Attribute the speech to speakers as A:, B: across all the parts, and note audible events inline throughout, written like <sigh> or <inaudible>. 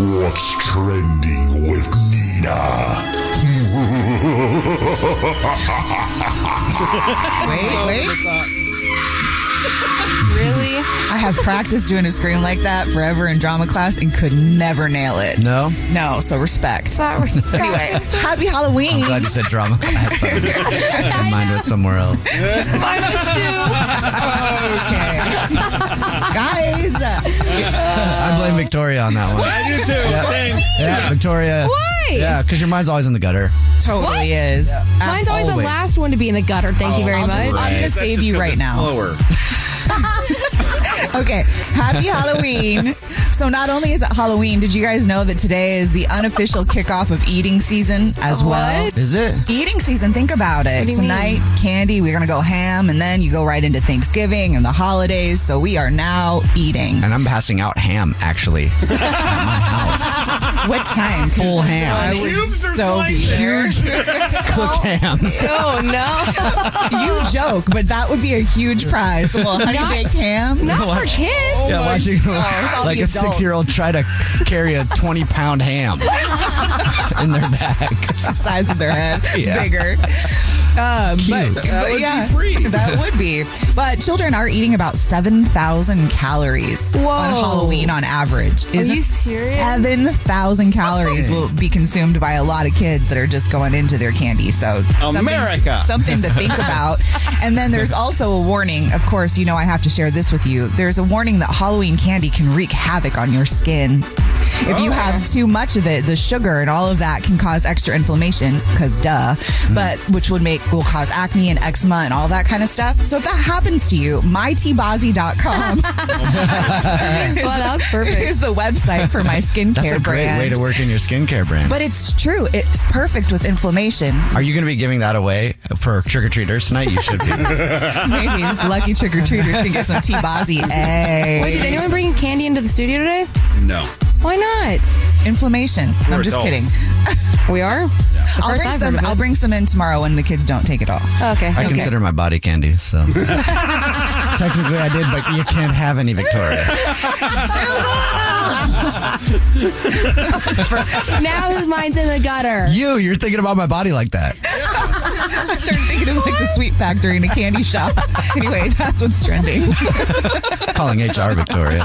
A: What's trending with Nina?
B: wait,
C: Really?
B: I have practiced doing a scream like that forever in drama class and could never nail it.
D: No?
B: No, so respect.
C: Sorry.
B: <laughs> Anyway, happy Halloween.
D: I'm glad you said drama <laughs> class. My mind went somewhere else.
C: Mine was
B: okay. <laughs> Guys,
D: I blame Victoria on that one.
E: I do too. Same.
D: Yeah, Victoria.
C: Why?
D: Yeah, because your mind's always in the gutter.
B: totally
C: What?
B: is.
C: two. Mine's always, the
D: Always.
C: last one to be in the gutter. Thank you very
B: I'll just-
C: much.
B: I'm going to save you right now.
E: Slower.
B: Okay, happy Halloween. So, not only is it Halloween, did you guys know that today is the unofficial kickoff of eating season as well?
D: Is it?
B: Eating season, think about it.
C: do you
B: Tonight, candy, we're going to go ham, and then you go right into Thanksgiving and the holidays. So, we are now eating.
D: And I'm passing out ham, actually. at my house.
B: What
C: <laughs>
B: time? <laughs>
D: Full ham.
B: I would
E: Cubes are
B: so be there.
D: <laughs> Cooked hams.
C: Oh, no.
B: <laughs> You joke, but that would be a huge prize. A little honey baked ham.
C: Not for kids.
D: yeah, watching <laughs>
B: all
D: like
B: the
D: a
B: adults.
D: six year old try to carry a 20 pound ham <laughs> in
B: <laughs>
D: their bag.
B: the size of their head
D: <laughs> Yeah.
B: bigger. Um,
D: Cute.
B: But,
E: That
B: but
E: would be
B: yeah, <laughs>
E: free.
B: that would be. But children are eating about seven thousand calories
C: Whoa.
B: on Halloween on average. Isn't
C: you serious?
B: Seven thousand calories will be consumed by a lot of kids that are just going into their candy. So something-
E: America.
B: <laughs> something to think about. and then there's also a warning. Of course, you know I have to share this with you. There's a warning that Halloween candy can wreak havoc on your skin. If you have too much of it, the sugar and all of that can cause extra inflammation, cause duh. But which would make will cause acne and eczema and all that kind of stuff. So if that happens to you, mytbazi.com is,
C: Well, that was
B: the,
C: perfect.
B: is the website for my skincare
D: That's a great
B: brand.
D: way to work in your skincare brand.
B: but it's true. It's perfect with inflammation.
D: Are you going to be giving that away for trick or treaters tonight? You should be.
B: <laughs> Maybe lucky trick or treaters can get some T Bozzy.
C: Wait, did
B: Hey.
C: anyone bring candy into the studio today?
E: No.
C: Why not?
B: Inflammation.
E: We're
B: I'm just
E: adults.
B: kidding.
C: We are? It's the
B: I'll
C: first
B: bring,
C: I've
B: some,
C: heard of
B: I'll
C: it.
B: bring some in tomorrow when the kids don't take it all.
C: Okay.
D: I
C: okay.
D: consider my body candy, so. <laughs> Technically, I did, but you can't have any, Victoria.
C: now his mind's in the gutter.
D: You, you're thinking about my body like that.
B: I started thinking of like the sweet factory in a candy shop. <laughs> anyway, that's what's trending. <laughs>
D: Calling HR, Victoria.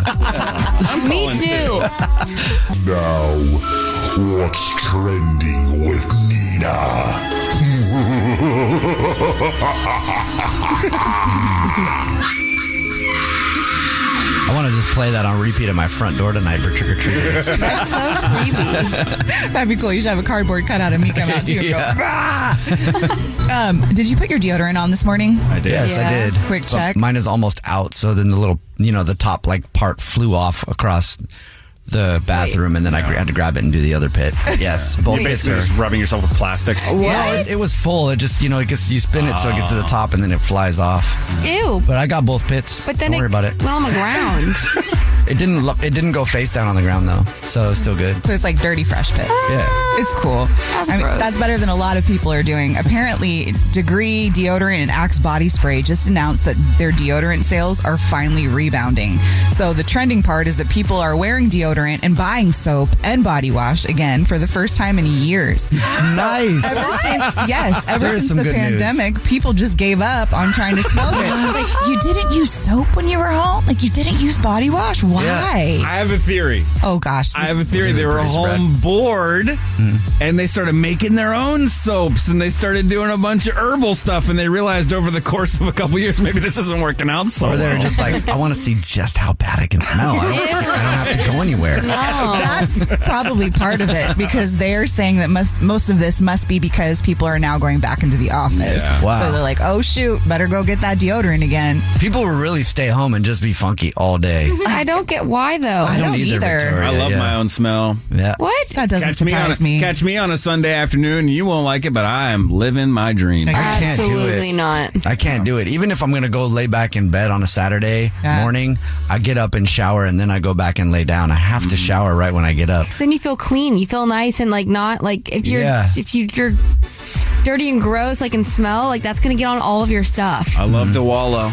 C: Me
E: calling
C: too.
A: <laughs> now, what's trending with Nina?
D: I want to just play that on repeat at my front door tonight for trick or treaters.
C: That's so creepy.
B: That'd be cool. You should have a cardboard cutout of me come out too.
D: <laughs>
B: and go, "Rah!" um, did you put your deodorant on this morning?
E: I did.
D: Yes, I
C: Yeah.
D: did.
B: Quick
D: But
B: check.
D: mine is almost out, so then the little, you know, the top like part flew off across the bathroom, and then I gr- had to grab it and do the other <laughs> pit. Yes, both
E: You're
D: pits
E: basically
D: are.
E: just rubbing yourself with plastic.
B: Oh,
D: Well, it, it was full. It just you know it gets you spin it, so it gets to the top, and then it flies off.
C: Ew.
D: But I got both pits.
C: But then
D: don't
C: it
D: worry about it.
C: went on the ground.
D: It didn't. lo- It didn't go face down on the ground though, so it's still good.
B: So it's like dirty fresh pits.
D: Yeah.
B: It's cool.
C: That's
B: I mean,
C: gross.
B: that's better than a lot of people are doing. Apparently, Degree Deodorant and Axe Body Spray just announced that their deodorant sales are finally rebounding. So the trending part is that people are wearing deodorant and buying soap and body wash again for the first time in years.
D: Nice.
B: Ever since, yes, ever
D: There
B: since
D: is some
B: the
D: good news.
B: pandemic, people just gave up on trying to smell good. <laughs> like, you didn't use soap when you were home? Like, you didn't use body wash? Why?
E: I have a theory.
B: Oh gosh.
E: I have a theory. They were
D: Pretty spread.
E: home bored and they started making their own soaps and they started doing a bunch of herbal stuff and they realized over the course of a couple years maybe this isn't working out so
D: Or they're
E: well.
D: just like, I want to see just how bad it can smell. I don't, I don't have to go anywhere.
B: That's probably part of it because they're saying that must, most of this must be because people are now going back into the office.
E: Yeah.
D: Wow.
B: So they're like, oh shoot, better go get that deodorant again.
D: People will really stay home and just be funky all day.
C: I don't get why though.
B: I don't either.
D: Victoria,
E: I love
D: yeah.
E: my own smell.
D: Yeah.
C: What?
B: That doesn't
E: Catch me, on a,
B: surprise me.
E: catch me on a Sunday afternoon. You won't like it, but I am living my dream.
B: Uh,
D: I can't do
C: Absolutely
D: it.
C: not.
D: I can't do it. Even if I'm going to go lay back in bed on a Saturday
B: Yeah.
D: morning, I get up and shower and then I go back and lay down. I have
E: Mm.
D: to shower right when I get up.
C: Then you feel clean. You feel nice and like not like if you're
D: Yeah.
C: if you, you're dirty and gross like and smell like that's gonna get on all of your stuff.
E: I love to wallow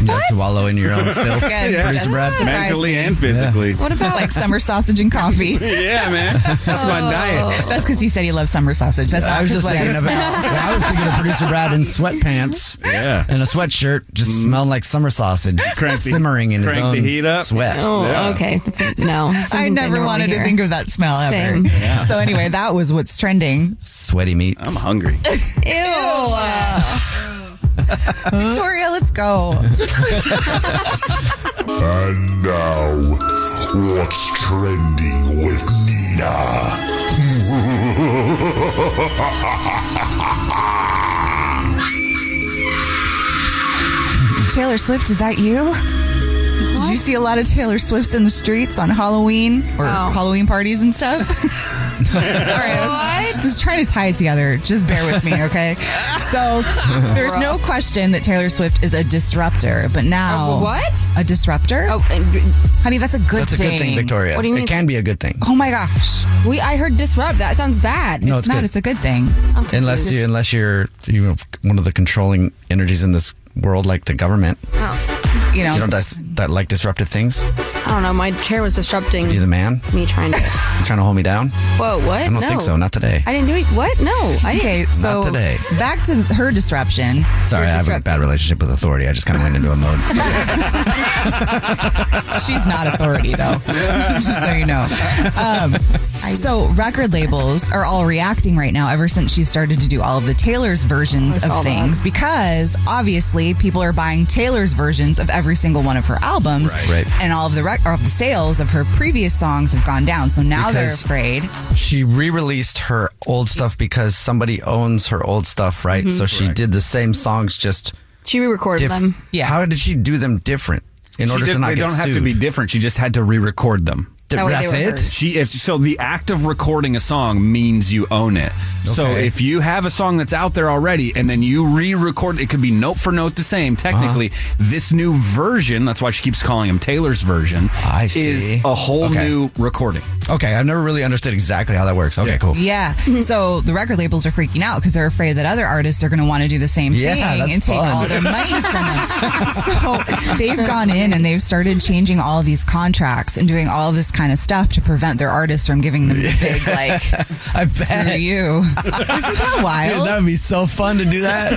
D: You have to wallow in your
B: <laughs>
D: own filth.
B: Again,
D: Producer
B: doesn't
D: Brad.
B: surprise
E: mentally
B: me.
E: and physically.
C: What
B: It's
C: about
B: <laughs> like summer sausage and coffee.
D: <laughs>
E: <laughs> Yeah, man. That's my diet.
B: That's because he said he loves summer sausage. That's not
D: I was
B: 'cause
D: just
B: what
D: thinking
B: I
D: about. <laughs> well, I was thinking of producer Brad in sweatpants
E: Yeah.
D: and a sweatshirt, just smelling like summer
E: <laughs>
D: sausage, just
E: Crank the-
D: simmering in his
E: crank
D: own
E: the Mm-hmm. heat up.
D: sweat.
C: Oh,
E: Yeah.
C: okay. No,
B: I never wanted to
C: <laughs>
B: think of that smell ever.
C: Same.
B: So anyway, that was what's trending.
D: Sweaty meats.
E: I'm hungry.
C: Ew. <laughs>
B: Victoria, let's go.
A: <laughs> And now, what's trending with <laughs> Nina?
B: Taylor Swift, is that you? Did you see a lot of Taylor Swifts in the streets on Halloween or
C: Oh.
B: Halloween parties and stuff? <laughs> All right, I was- Just trying to tie it together. Just bear with me, okay?
C: <laughs>
B: So there's no question that Taylor Swift is a disruptor, but now
C: A what?
B: A disruptor?
C: Oh, and
B: honey, that's a good
D: That's a
B: thing.
D: good thing, Victoria.
C: What do you mean?
D: It can be a good thing.
B: Oh my gosh!
C: we I heard disrupt. That sounds bad. Oh.
D: No, it's,
B: not.
D: good.
B: It's a good thing.
D: unless you unless you're you know, one of the controlling energies in this world, like the government.
B: You know,
D: You know
C: Oh.
D: that that like disruptive things.
C: I don't know. My chair was disrupting
D: You're the man.
C: me trying to.
D: <laughs> You trying to hold me down?
C: Whoa, what?
D: I don't
C: no.
D: think so. Not today.
C: I didn't do it. What? No, I didn't.
B: okay. So
D: today.
B: back to her disruption.
D: Sorry, I have a bad relationship with authority. I just kind of went into a mode.
C: <laughs>
B: She's not authority
D: <laughs>
B: though. Just so you know. Um, so record labels are all reacting right now ever since she started to do all of the Taylor's versions
C: I saw
B: of things because obviously people are buying Taylor's versions of every single one of her albums
D: Right. Right.
B: and all of the rec- or of the sales of her previous songs have gone down. So now
D: Because-
B: they're afraid.
D: she re-released her old stuff because somebody owns her old stuff, right? So she did the same songs, just
C: She re-recorded
D: different.
C: them.
B: Yeah.
D: How did she do them different in
E: She
D: order
E: did-
D: to not
E: they
D: get
E: don't have to
D: sued?
E: be different. She just had to re-record them.
D: Th-
C: That way they
D: That's
C: were
D: it.
C: heard.
E: She if so the act of recording a song means you own it. So
D: Okay.
E: if you have a song that's out there already and then you re-record it could be note for note the same technically
D: Uh-huh.
E: this new version that's why she keeps calling him Taylor's version
D: I see.
E: is a whole
D: Okay.
E: new recording.
D: Okay, I've never really understood exactly how that works. Okay,
E: Yeah.
D: cool.
B: Yeah.
D: Mm-hmm.
B: So the record labels are freaking out because they're afraid that other artists are going to want to do the same
D: Yeah,
B: thing
D: that's
B: and take
D: fun.
B: all their money from
D: <laughs>
B: them. so they've gone in and they've started changing all of these contracts and doing all this kind of stuff to prevent their artists from giving them the big like
D: <laughs> I
B: screw
D: bet.
B: you. Isn't
D: <laughs>
B: that
D: Dude,
B: wild?
D: that would be so fun to do <laughs> that.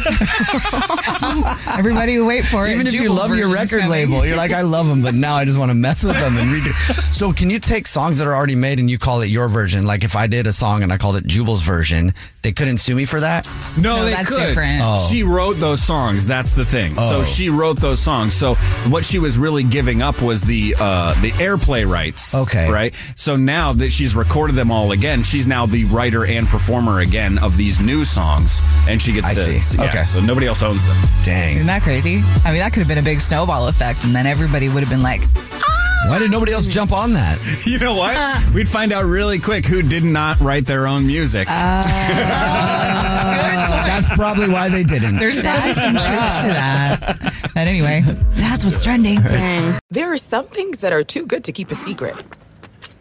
B: Everybody would wait for it.
D: Even if you
B: Jubal's
D: love your
B: version's
D: record
B: coming.
D: label, you're like, I love them, but now I just want to mess with them and redo. So, can you take songs that are already made and you call it your version? Like, if I did a song and I called it Jubal's version, they couldn't sue me for that.
E: No,
B: No,
E: they
B: that's
E: could.
B: different.
E: She wrote those songs. That's the thing.
D: Oh.
E: So she wrote those songs. So what she was really giving up was the uh, the airplay rights.
D: Okay.
E: right. So now that she's recorded them all again, she's now the writer and performer again of these new songs, and she gets
D: I
E: to
D: see.
E: yeah,
D: Okay.
E: So nobody else owns them.
D: Dang.
B: Isn't that crazy? I mean, that could have been a big snowball effect, and then everybody would have been like,
D: Why did nobody else jump on that?
E: <laughs> You know what? We'd find out really quick who did not write their own music.
D: <laughs>
B: Uh,
D: That's probably why they didn't.
B: There's probably some truth to that. But
D: <laughs>
B: anyway, that's what's trending.
F: There are some things that are too good to keep a secret.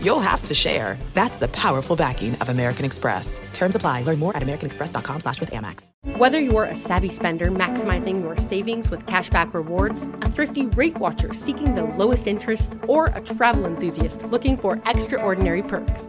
F: you'll have to share. That's the powerful backing of American Express. Terms apply. Learn more at americanexpress.com slash with Amex.
G: Whether you're a savvy spender maximizing your savings with cashback rewards, a thrifty rate watcher seeking the lowest interest, or a travel enthusiast looking for extraordinary perks,